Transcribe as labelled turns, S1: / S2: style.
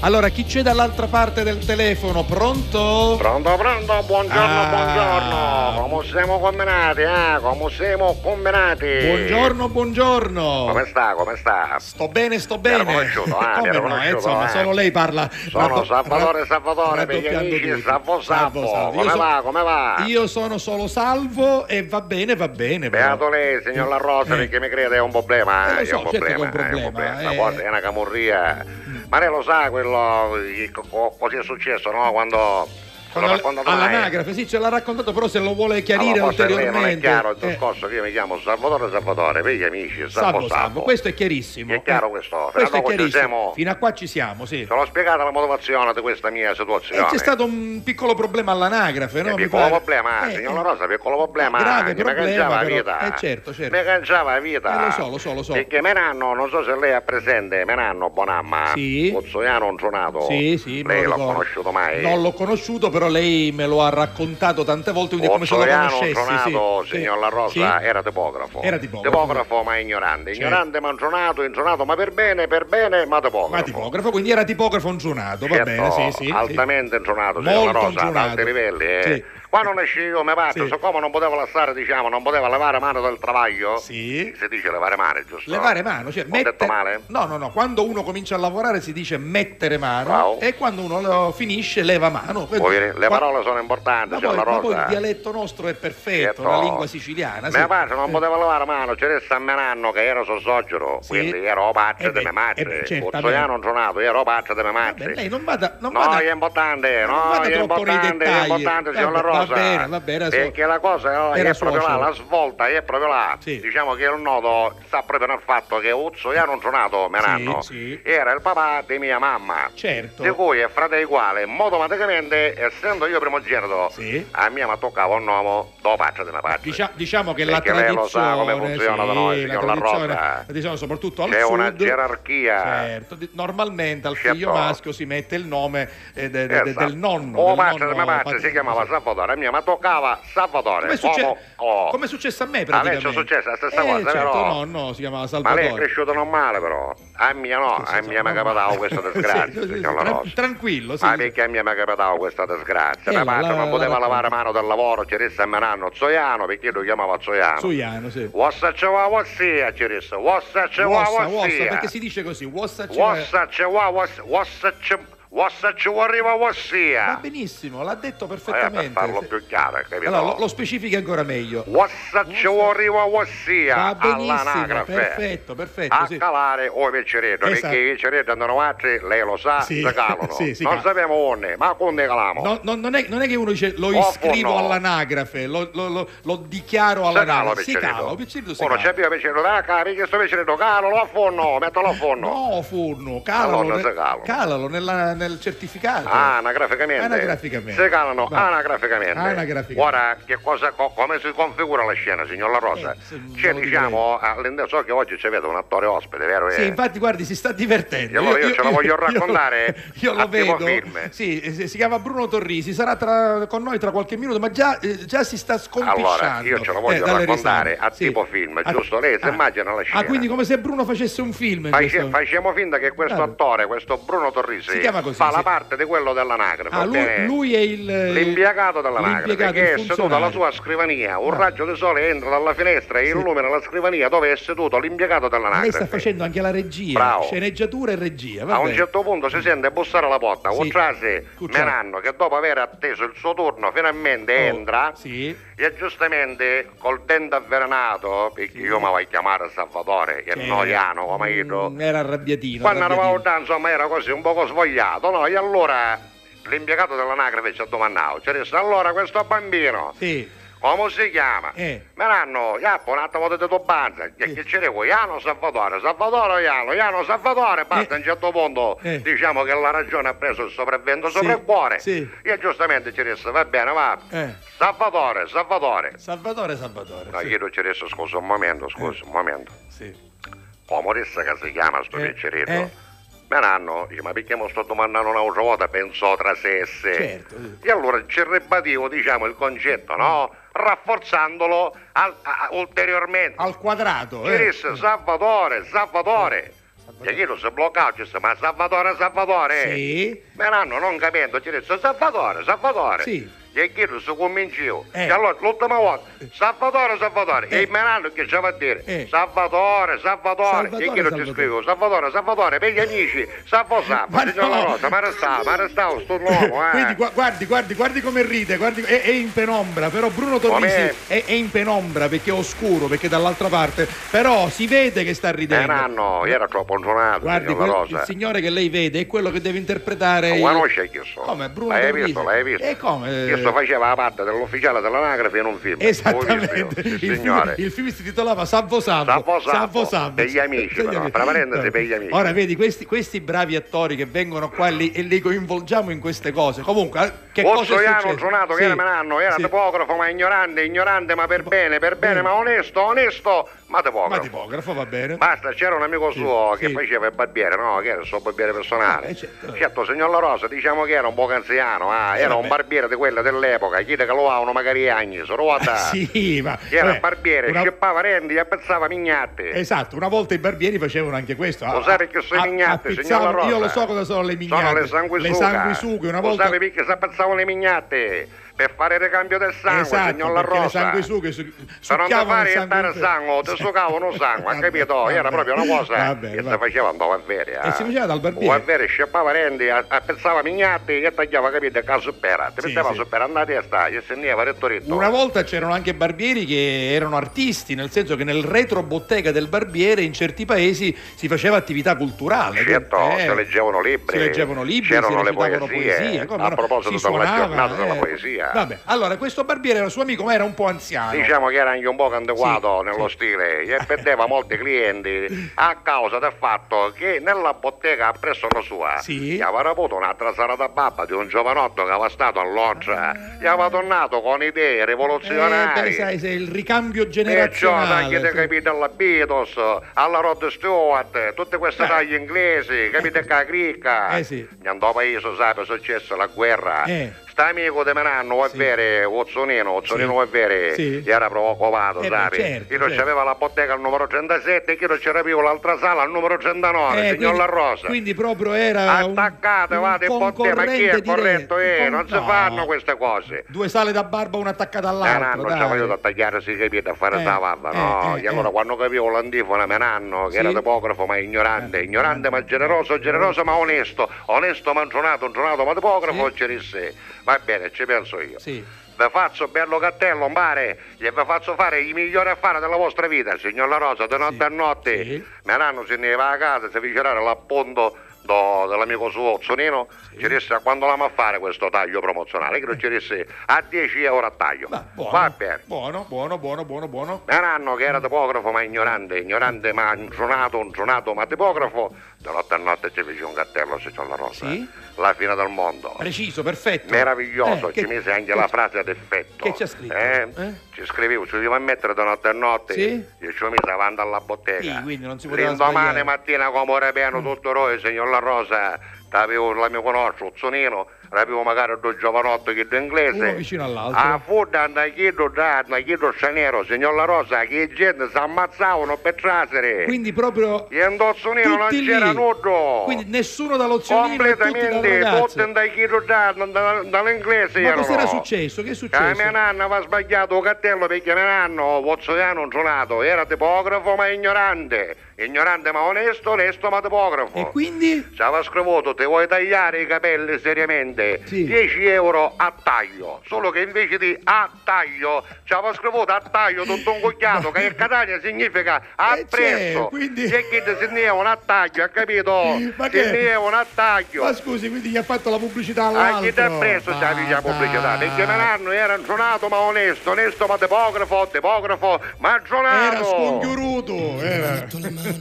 S1: Allora, chi c'è dall'altra parte del telefono? Pronto?
S2: Pronto, pronto, buongiorno,
S1: Ah.
S2: buongiorno. Come siamo combinati, eh? Come siamo combinati?
S1: Buongiorno,
S2: Come
S1: buongiorno.
S2: sta, come sta?
S1: Sto bene, sto
S2: Mi ero
S1: bene.
S2: conosciuto, ah, mi
S1: Come
S2: ero
S1: no, eh,
S2: conosciuto,
S1: insomma,
S2: eh.
S1: solo lei parla.
S2: Sono
S1: raddo-
S2: Salvatore
S1: rad-
S2: Salvatore, per gli
S1: raddoppiando
S2: amici,
S1: tutti.
S2: Salvo Salvo.
S1: Salvo. Io
S2: Come
S1: so-
S2: va, come va?
S1: Io sono solo salvo e va bene, va bene. però.
S2: Beato lei, signor La Rosa,
S1: Eh.
S2: perché mi crede è un problema,
S1: Eh, lo
S2: eh, è
S1: so,
S2: un
S1: certo che è un
S2: problema, è un
S1: problema,
S2: problema, Una
S1: eh.
S2: cosa è una camorria. Ma lei lo sa quello, eh, co- co- cosa è successo, no? Quando...
S1: Quando-
S2: l'ho raccontato mai.
S1: all'anagrafe, sì, ce l'ha raccontato, però se lo vuole chiarire
S2: Allora, forse a lei
S1: ulteriormente.
S2: non è chiaro il
S1: eh,
S2: discorso che io mi chiamo Salvatore Salvatore, per gli amici,
S1: salvo,
S2: Salvo
S1: salvo, questo è chiarissimo.
S2: È chiaro
S1: Eh,
S2: questo?
S1: Questo è
S2: Fernando,
S1: chiarissimo.
S2: siamo-
S1: Fino a qua ci siamo, sì.
S2: Te l'ho spiegata la motivazione di questa mia situazione.
S1: E c'è stato un piccolo problema all'anagrafe, no?
S2: Eh,
S1: Mi
S2: piccolo
S1: pare.
S2: problema,
S1: Eh,
S2: signor
S1: eh.
S2: La Rosa, piccolo problema.
S1: Grave
S2: che mi
S1: problema,
S2: cancava la
S1: però.
S2: vita.
S1: Eh, certo, certo.
S2: Mi cancava la vita.
S1: Eh, lo so, lo so, lo so.
S2: Perché Menanno, non so se lei è presente, Menanno Bonamma,
S1: Sì.
S2: Pozzoiano un suonato.
S1: Sì, sì, me
S2: Lei
S1: lo
S2: l'ha
S1: ricordo.
S2: conosciuto mai?
S1: Non l'ho conosciuto, però lei me lo ha raccontato tante volte, quindi come se lo
S2: Pozzoiano
S1: conoscessi.
S2: Antronato,
S1: sì, sì.
S2: signor La Rosa,
S1: Sì.
S2: era tipografo.
S1: Era tipografo.
S2: ma ignorante.
S1: Certo.
S2: Ignorante ma intronato, intronato ma per bene, per bene, ma tipografo.
S1: Ma tipografo, quindi era tipografo uncionato, va
S2: Certo,
S1: bene, sì, sì. sì.
S2: altamente intronato,
S1: Molto
S2: signor La Rosa, ad
S1: intronato.
S2: alti livelli. Eh.
S1: Sì.
S2: Quando nasci io mi parte,
S1: Sì.
S2: siccome non poteva lasciare, diciamo, non poteva levare mano dal travaglio,
S1: Sì.
S2: si dice levare mano, giusto?
S1: Levare mano, cioè
S2: Ho
S1: mettere
S2: detto male?
S1: No, no, no, quando uno comincia a lavorare si dice mettere mano
S2: Bravo.
S1: e quando uno lo finisce leva mano.
S2: Vuol dire, le
S1: Qua-
S2: parole sono importanti,
S1: Ma
S2: signor
S1: poi,
S2: La
S1: ma poi
S2: Rosa. eh.
S1: il dialetto nostro è perfetto,
S2: Certo.
S1: la lingua siciliana. sì.
S2: Mia madre non
S1: Eh.
S2: poteva lavare mano, c'era il San Menanno che era suo suocero,
S1: Sì.
S2: quindi ero pazzo
S1: Eh beh,
S2: di mia
S1: eh beh,
S2: madre.
S1: certamente.
S2: Pozzoiano non suonato, ero pazzo di mia
S1: Vabbè, lei
S2: madre.
S1: non vada, non
S2: No,
S1: vada- eh,
S2: è importante,
S1: non
S2: no,
S1: vada troppo
S2: è
S1: nei
S2: importante, è
S1: dettagli.
S2: importante, signor La
S1: Vabbè,
S2: Rosa.
S1: Va bene, va bene. so-
S2: Perché la cosa è,
S1: era
S2: è proprio là,
S1: suocero.
S2: la svolta è proprio là.
S1: Sì.
S2: Diciamo che il nodo sta proprio nel fatto che Uzzoiano non suonato, Menanno,
S1: sì.
S2: era il papà di mia mamma.
S1: Certo.
S2: Di cui è frate uguale, automaticamente, essendo io primogenito,
S1: Sì.
S2: a mia mi toccava un nome do pazzo di mia parte.
S1: Dicia- diciamo che la
S2: Perché lei lo sa come
S1: tradizione,
S2: funziona da noi,
S1: sì, la
S2: signor La
S1: tradizione,
S2: Rosa.
S1: la tradizione soprattutto al
S2: C'è
S1: sud,
S2: una gerarchia.
S1: certo, di- normalmente al
S2: Certo.
S1: figlio maschio si mette il nome eh, de- de- de-
S2: Esatto.
S1: del nonno.
S2: Oh,
S1: del
S2: parte
S1: nonno
S2: mia madre
S1: paterno.
S2: si chiamava Salvatore, mia ma toccava Salvatore.
S1: Come è, succe-
S2: Uomo, oh.
S1: come è successo a me
S2: A lei
S1: praticamente?
S2: è successa la stessa
S1: Eh,
S2: cosa,
S1: certo, no,
S2: però.
S1: no, si chiamava
S2: Ma lei è
S1: Salvatore.
S2: cresciuto normale però. A mia no,
S1: Sì,
S2: a
S1: sì,
S2: mia mi
S1: sì,
S2: è capitato
S1: no.
S2: questa
S1: Sì,
S2: desgrazia,
S1: sì, sì,
S2: signor La
S1: tran-
S2: Rosa.
S1: tranquillo, sì,
S2: Ma
S1: sì.
S2: perché a mia mi è capitato questa desgrazia?
S1: Eh,
S2: Mia
S1: la-
S2: madre
S1: la-
S2: non
S1: la
S2: poteva
S1: racconti.
S2: lavare mano dal lavoro, ci resta a Menanno Zoiano, perché lo chiamava Zoiano.
S1: Suiano, sì.
S2: Ossa Chihuahua sia, ci resta. Ossa
S1: Wossa,
S2: Chihuahua
S1: wossa,
S2: sia.
S1: perché si dice così, wossa ci
S2: Ossa Chihuahua, ossa Chi- ossa Chihuahua
S1: Va
S2: sia.
S1: benissimo, l'ha detto
S2: Eh, per
S1: perfettamente.
S2: farlo
S1: Sì.
S2: più chiaro, capito?
S1: Allora, lo, lo specifichi ancora meglio.
S2: Wassacciuoriva
S1: Va
S2: Wassia
S1: benissimo,
S2: all'anagrafe Ah,
S1: perfetto, perfetto.
S2: a
S1: sì.
S2: calare o vecereto
S1: Esatto.
S2: perché i veceretti andano altri lei lo sa
S1: Sì,
S2: se calano
S1: sì, si
S2: non
S1: cal-
S2: sappiamo onde ma quando ne calamo
S1: No, no, non, è, non è che uno dice lo
S2: Oh,
S1: iscrivo
S2: no.
S1: all'anagrafe, lo, lo- lo- lo dichiaro
S2: se calo
S1: all'anagrafe. Si cala,
S2: vecereto
S1: il vecereto si
S2: uno
S1: cala.
S2: c'è più vecereto ah cari che sto vecereto calo lo affonno metterlo a forno
S1: No, forno, calalo,
S2: Allora, se calo.
S1: calalo nella- nel certificato.
S2: Ah, anagraficamente.
S1: Anagraficamente.
S2: Se calano
S1: Va.
S2: anagraficamente.
S1: Anagraficamente.
S2: Ora, che cosa, co- come si configura la scena, signor La Rosa?
S1: Eh, se-
S2: Cioè,
S1: non lo
S2: diciamo, all'interno- so che oggi ci vedo un attore ospite, vero?
S1: Sì,
S2: Eh?
S1: infatti, guardi, si sta divertendo.
S2: E allora io ce la voglio raccontare
S1: Io,
S2: a
S1: lo
S2: tipo
S1: vedo.
S2: film.
S1: Sì, eh, si chiama Bruno Torrisi, sarà tra- con noi tra qualche minuto, ma già, eh, già si sta scompisciando.
S2: Allora, io ce la voglio
S1: dalle
S2: raccontare
S1: risate.
S2: a tipo film, giusto? Lei si immagina la scena.
S1: Ah, quindi come se Bruno facesse un film. in
S2: Face-
S1: questo-
S2: facciamo finta che questo
S1: Bravo.
S2: attore, questo Bruno Torrisi,
S1: Si chiama così,
S2: fa
S1: sì.
S2: la parte di quello dell'anagrafe.
S1: Ah,
S2: va
S1: lui,
S2: bene?
S1: lui è il... eh,
S2: L'impiegato dell'anagrafe
S1: l'impiegato,
S2: che è
S1: il
S2: seduto alla
S1: funzionario.
S2: sua scrivania, un
S1: Bravo.
S2: raggio di sole entra dalla finestra e
S1: Sì.
S2: illumina la scrivania dove è seduto l'impiegato
S1: Lei
S2: dell'anagrafe.
S1: sta facendo anche la regia,
S2: Bravo.
S1: sceneggiatura e regia. va
S2: A un
S1: bene.
S2: certo punto si sente bussare alla porta,
S1: Sì.
S2: un trase
S1: Cucciari.
S2: Menanno che dopo aver atteso il suo turno finalmente
S1: Oh,
S2: entra
S1: Sì.
S2: e giustamente col dente avvelenato, perché
S1: Sì.
S2: io mi vai a chiamare Salvatore, che è
S1: Cioè,
S2: noiano come io,
S1: mm, Era arrabbiatino.
S2: quando eravamo
S1: arrabbiatino.
S2: là insomma era così un poco svogliato, no? E allora l'impiegato dell'anagrafe ci ha domandato, ci ha detto allora questo bambino...
S1: Sì.
S2: Come si chiama?
S1: Eh.
S2: Me l'hanno, Iappo, un attimo di titubanza. Che,
S1: Sì.
S2: che c'è qua? Iano Salvatore, Salvatore Iano, Iano Salvatore. Basta,
S1: Eh.
S2: a un certo punto
S1: Eh.
S2: diciamo che la ragione ha preso il sopravvento
S1: Sì,
S2: sopra il cuore.
S1: sì.
S2: E giustamente ci resta, va bene, va.
S1: Eh.
S2: Salvatore, Salvatore.
S1: Salvatore, Salvatore.
S2: No,
S1: sì. Eh.
S2: chiedo ci resta, scusa un momento, scusa un momento.
S1: Sì.
S2: Come resta Oh, che si chiama sto
S1: Eh,
S2: piccerino?
S1: eh.
S2: Me l'hanno, dice, ma perché mi sto domandando un'altra volta, pensò tra sé e sé.
S1: Certo, sì.
S2: E allora ci ribadivo, diciamo, il concetto, no?
S1: Mm.
S2: Rafforzandolo al- a- a- ulteriormente.
S1: Al quadrato.
S2: Ci
S1: Ah, eh.
S2: disse Salvatore, Salvatore. E
S1: Salvatore.
S2: chiedo se bloccato, ci sta, ma Salvatore, Salvatore.
S1: Sì.
S2: Ma l'hanno non capendo, ci disse Salvatore, Salvatore.
S1: Sì.
S2: E chiedo se cominci io.
S1: Eh.
S2: E allora l'ultima volta, Salvatore, Salvatore.
S1: Eh.
S2: E me l'hanno che c'è a dire,
S1: Eh.
S2: Salvatore, Salvatore.
S1: Salvatore,
S2: e chiedo ti
S1: Salvatore.
S2: scrivo, Salvatore, Salvatore, per gli amici, Salvo Salvo,
S1: Ma
S2: signor La
S1: no.
S2: Rosa, ma resta, ma resta sto uomo, eh.
S1: Quindi gua- guardi, guardi, guardi come ride, guardi- è, è in penombra, però Bruno Torrisi
S2: Com'è?
S1: è, è in penombra perché è oscuro, perché dall'altra parte, però si vede che sta
S2: Eh,
S1: ridendo.
S2: no, io era troppo intonato,
S1: Guardi,
S2: signor La
S1: quel-
S2: Rosa.
S1: il signore che lei vede è quello che deve interpretare.
S2: Ma
S1: il-
S2: conosce chi sono?
S1: Come Bruno
S2: l'hai
S1: Torrisi.
S2: visto, l'hai visto.
S1: E come?
S2: Io sto faceva la parte dell'ufficiale dell'anagrafe in un film. Voi
S1: Esattamente,
S2: visto?
S1: il
S2: Sì,
S1: film,
S2: signore.
S1: il film si titolava Salvo Salvo.
S2: Salvo Salvo, per gli amici,
S1: Per gli
S2: però,
S1: amici.
S2: tra parentesi, per gli amici.
S1: Ora vedi questi, questi bravi attori che vengono qua e li, e li coinvolgiamo in queste cose. Comunque, eh, che cosa è
S2: Orsoiano
S1: successo?
S2: Giunato, che
S1: Sì,
S2: era menanno, era
S1: sì.
S2: tipografo, ma ignorante, ignorante, ma per bene, per bene,
S1: bene.
S2: ma onesto, onesto, ma
S1: Ma
S2: tipografo.
S1: tipografo, va bene.
S2: Basta, c'era un amico suo che
S1: sì.
S2: faceva il barbiere, no? Che era il suo barbiere personale.
S1: Eh, certo. Eh,
S2: signor La Rosa, diciamo che era un po' anziano, ah, era
S1: vabbè.
S2: un barbiere di quella dell'epoca, chi che lo avevano magari agni, ruota.
S1: Sì, ma
S2: Che era
S1: vabbè,
S2: barbiere,
S1: una-
S2: scippava rendi e appezzava mignatte.
S1: Esatto, una volta i barbieri facevano anche questo. a-
S2: Usare che sono
S1: a-
S2: i mignatte,
S1: appizzavano-
S2: signora Rosa.
S1: Ah, Io lo so cosa sono le mignate.
S2: Sono le sanguisughe.
S1: Le sanguisughe, una volta...
S2: Usare perché si appezzavano le mignatte per fare il ricambio del sangue,
S1: esatto,
S2: signor La
S1: perché le
S2: Rosa.
S1: sanguisughe su-
S2: Se non ti
S1: succhiavano
S2: fare
S1: il
S2: entrare
S1: sangue.
S2: sangue, ti sucavano sangue, ha
S1: Vabbè,
S2: capito? Era
S1: vabbè.
S2: proprio una cosa eh,
S1: Vabbè,
S2: che si
S1: vabbè.
S2: faceva un po' a veria.
S1: E si faceva dal barbiere.
S2: Un a veria, sciappava rendi, a- appezzava mignatte e tagliava, capito, a supera. Ti
S1: Sì,
S2: metteva la
S1: sì.
S2: supera, andava a testa, gli segnava retto ritto.
S1: Una volta c'erano anche barbieri che erano artisti, nel senso che nel retro bottega del barbiere in certi paesi si faceva attività culturale.
S2: Certo,
S1: Eh,
S2: si leggevano libri,
S1: si leggevano libri,
S2: c'erano
S1: si
S2: le
S1: recitavano
S2: poesie.
S1: come
S2: A
S1: no,
S2: proposito
S1: si
S2: della
S1: suonava,
S2: giornata della
S1: eh.
S2: poesia.
S1: Vabbè, allora questo barbiere era suo amico, ma era un po' anziano.
S2: Diciamo che era anche un po' antiquato
S1: Sì,
S2: nello
S1: sì.
S2: stile e perdeva molti clienti a causa del fatto che nella bottega presso la sua
S1: Sì.
S2: gli aveva avuto un'altra sarata babba di un giovanotto che aveva stato a Londra, gli aveva tornato con idee
S1: Eh, beh,
S2: rivoluzionarie.
S1: Ah. sai, se il ricambio
S2: Perciò
S1: generazionale.
S2: Eh, anche te
S1: sì.
S2: capite alla Beatles, alla Rod Stewart, tutte queste
S1: Beh.
S2: taglie inglesi, capite che la cricca.
S1: Eh, sì.
S2: Mi andò paese, sai, è successo la guerra.
S1: Eh.
S2: Sta amico di Menanno, è
S1: Sì.
S2: vero, Ozzonino, Ozzonino
S1: Sì.
S2: è vero,
S1: Sì.
S2: gli era provocato,
S1: Eh, beh,
S2: sai.
S1: certo,
S2: Io non
S1: certo.
S2: c'aveva la bottega al numero 37 e io c'era più l'altra sala al numero 39,
S1: Eh,
S2: signor
S1: quindi-
S2: La Rosa.
S1: Quindi proprio era un-
S2: Attaccate,
S1: un
S2: vate in bottega, ma chi
S1: concorrente
S2: è
S1: diretto,
S2: corretto? Eh,
S1: un
S2: non
S1: con-
S2: si
S1: no.
S2: fanno queste Eh, cose.
S1: Due sale da barba, una attaccata all'altra.
S2: Menanno ci
S1: dai.
S2: aveva da tagliare si capito a fare
S1: Eh,
S2: la valla, no?
S1: eh, eh,
S2: e allora
S1: eh.
S2: quando capivo l'antifona Menanno, che
S1: Sì.
S2: era tipografo ma ignorante,
S1: Eh,
S2: ignorante
S1: eh.
S2: ma generoso, generoso ma onesto, onesto ma giornato, giornato ma tipografo,
S1: Sì.
S2: ci disse, va bene, ci penso io.
S1: Sì.
S2: Vi faccio bello cattello, mare, e vi faccio fare i migliori affari della vostra vita, signor La Rosa, di notte
S1: Sì.
S2: a notte.
S1: Sì.
S2: Menanno se ne va a casa, si avvicinare l'appunto do- dell'amico suo Ozzonino, ci disse a quando l'amo a fare questo taglio promozionale, che ci disse a 10 euro a taglio.
S1: Va, buono,
S2: Va bene.
S1: buono, buono, buono, buono, buono.
S2: Menanno che era tipografo ma ignorante, ignorante ma inzonato, inzonato ma tipografo, da notte a notte ci fece un cartello se c'è la rosa. eh.
S1: Sì.
S2: La fine del mondo.
S1: Preciso, perfetto.
S2: Meraviglioso,
S1: Eh,
S2: ci
S1: che-
S2: mise anche
S1: che-
S2: la frase ad effetto.
S1: che c'ha scritto?
S2: Eh?
S1: Eh?
S2: Ci scrivevo, ci doveva mettere da notte a notte.
S1: Sì.
S2: Io ci ho messo avanti alla bottega.
S1: Sì, quindi non si poteva
S2: L'indomani
S1: sbagliare. Mm.
S2: mattina come ora pieno tutto rosso, signor La Rosa, avevo la mia conosco, Ozzonino, avevo magari due giovanotti che due inglese.
S1: Uno vicino all'altro.
S2: A Fudda da chiedo da da chiedo straniero, signor La Rosa, che gente si ammazzavano per trasere.
S1: Quindi proprio
S2: e in Dozzonino non
S1: tutti lì.
S2: c'era nudo.
S1: Quindi nessuno dall'ozionino e tutti dalle
S2: Completamente,
S1: ragazze.
S2: tutti dai chiedo da, da- da- dall'inglese
S1: Ma
S2: erano.
S1: cosa era successo? Che è
S2: Ah, mia
S1: successo?
S2: nanna aveva sbagliato il cartello perché mia nanna, Pozzoiano, un giornato, era tipografo ma ignorante. Ignorante ma onesto, onesto ma tipografo.
S1: E quindi?
S2: Ci aveva scrivuto, ti vuoi tagliare i capelli seriamente?
S1: Sì.
S2: 10 euro a taglio. Solo che invece di a taglio, ci aveva scrivuto a taglio tutto un cucchiato, che in Catania significa a
S1: Eh, c'è,
S2: prezzo.
S1: quindi-
S2: E che ti si ne è un attaglio, ha capito?
S1: Ma
S2: Si
S1: che-
S2: ne è un attaglio.
S1: Ma scusi, quindi gli ha fatto la
S2: Ah,
S1: pubblicità all'altro. Ah,
S2: Anche da presso ci avevi la pubblicità, perché Menarno era giornato ma onesto, onesto ma tipografo, tipografo ma giornato.
S1: Era scongiuruto, era.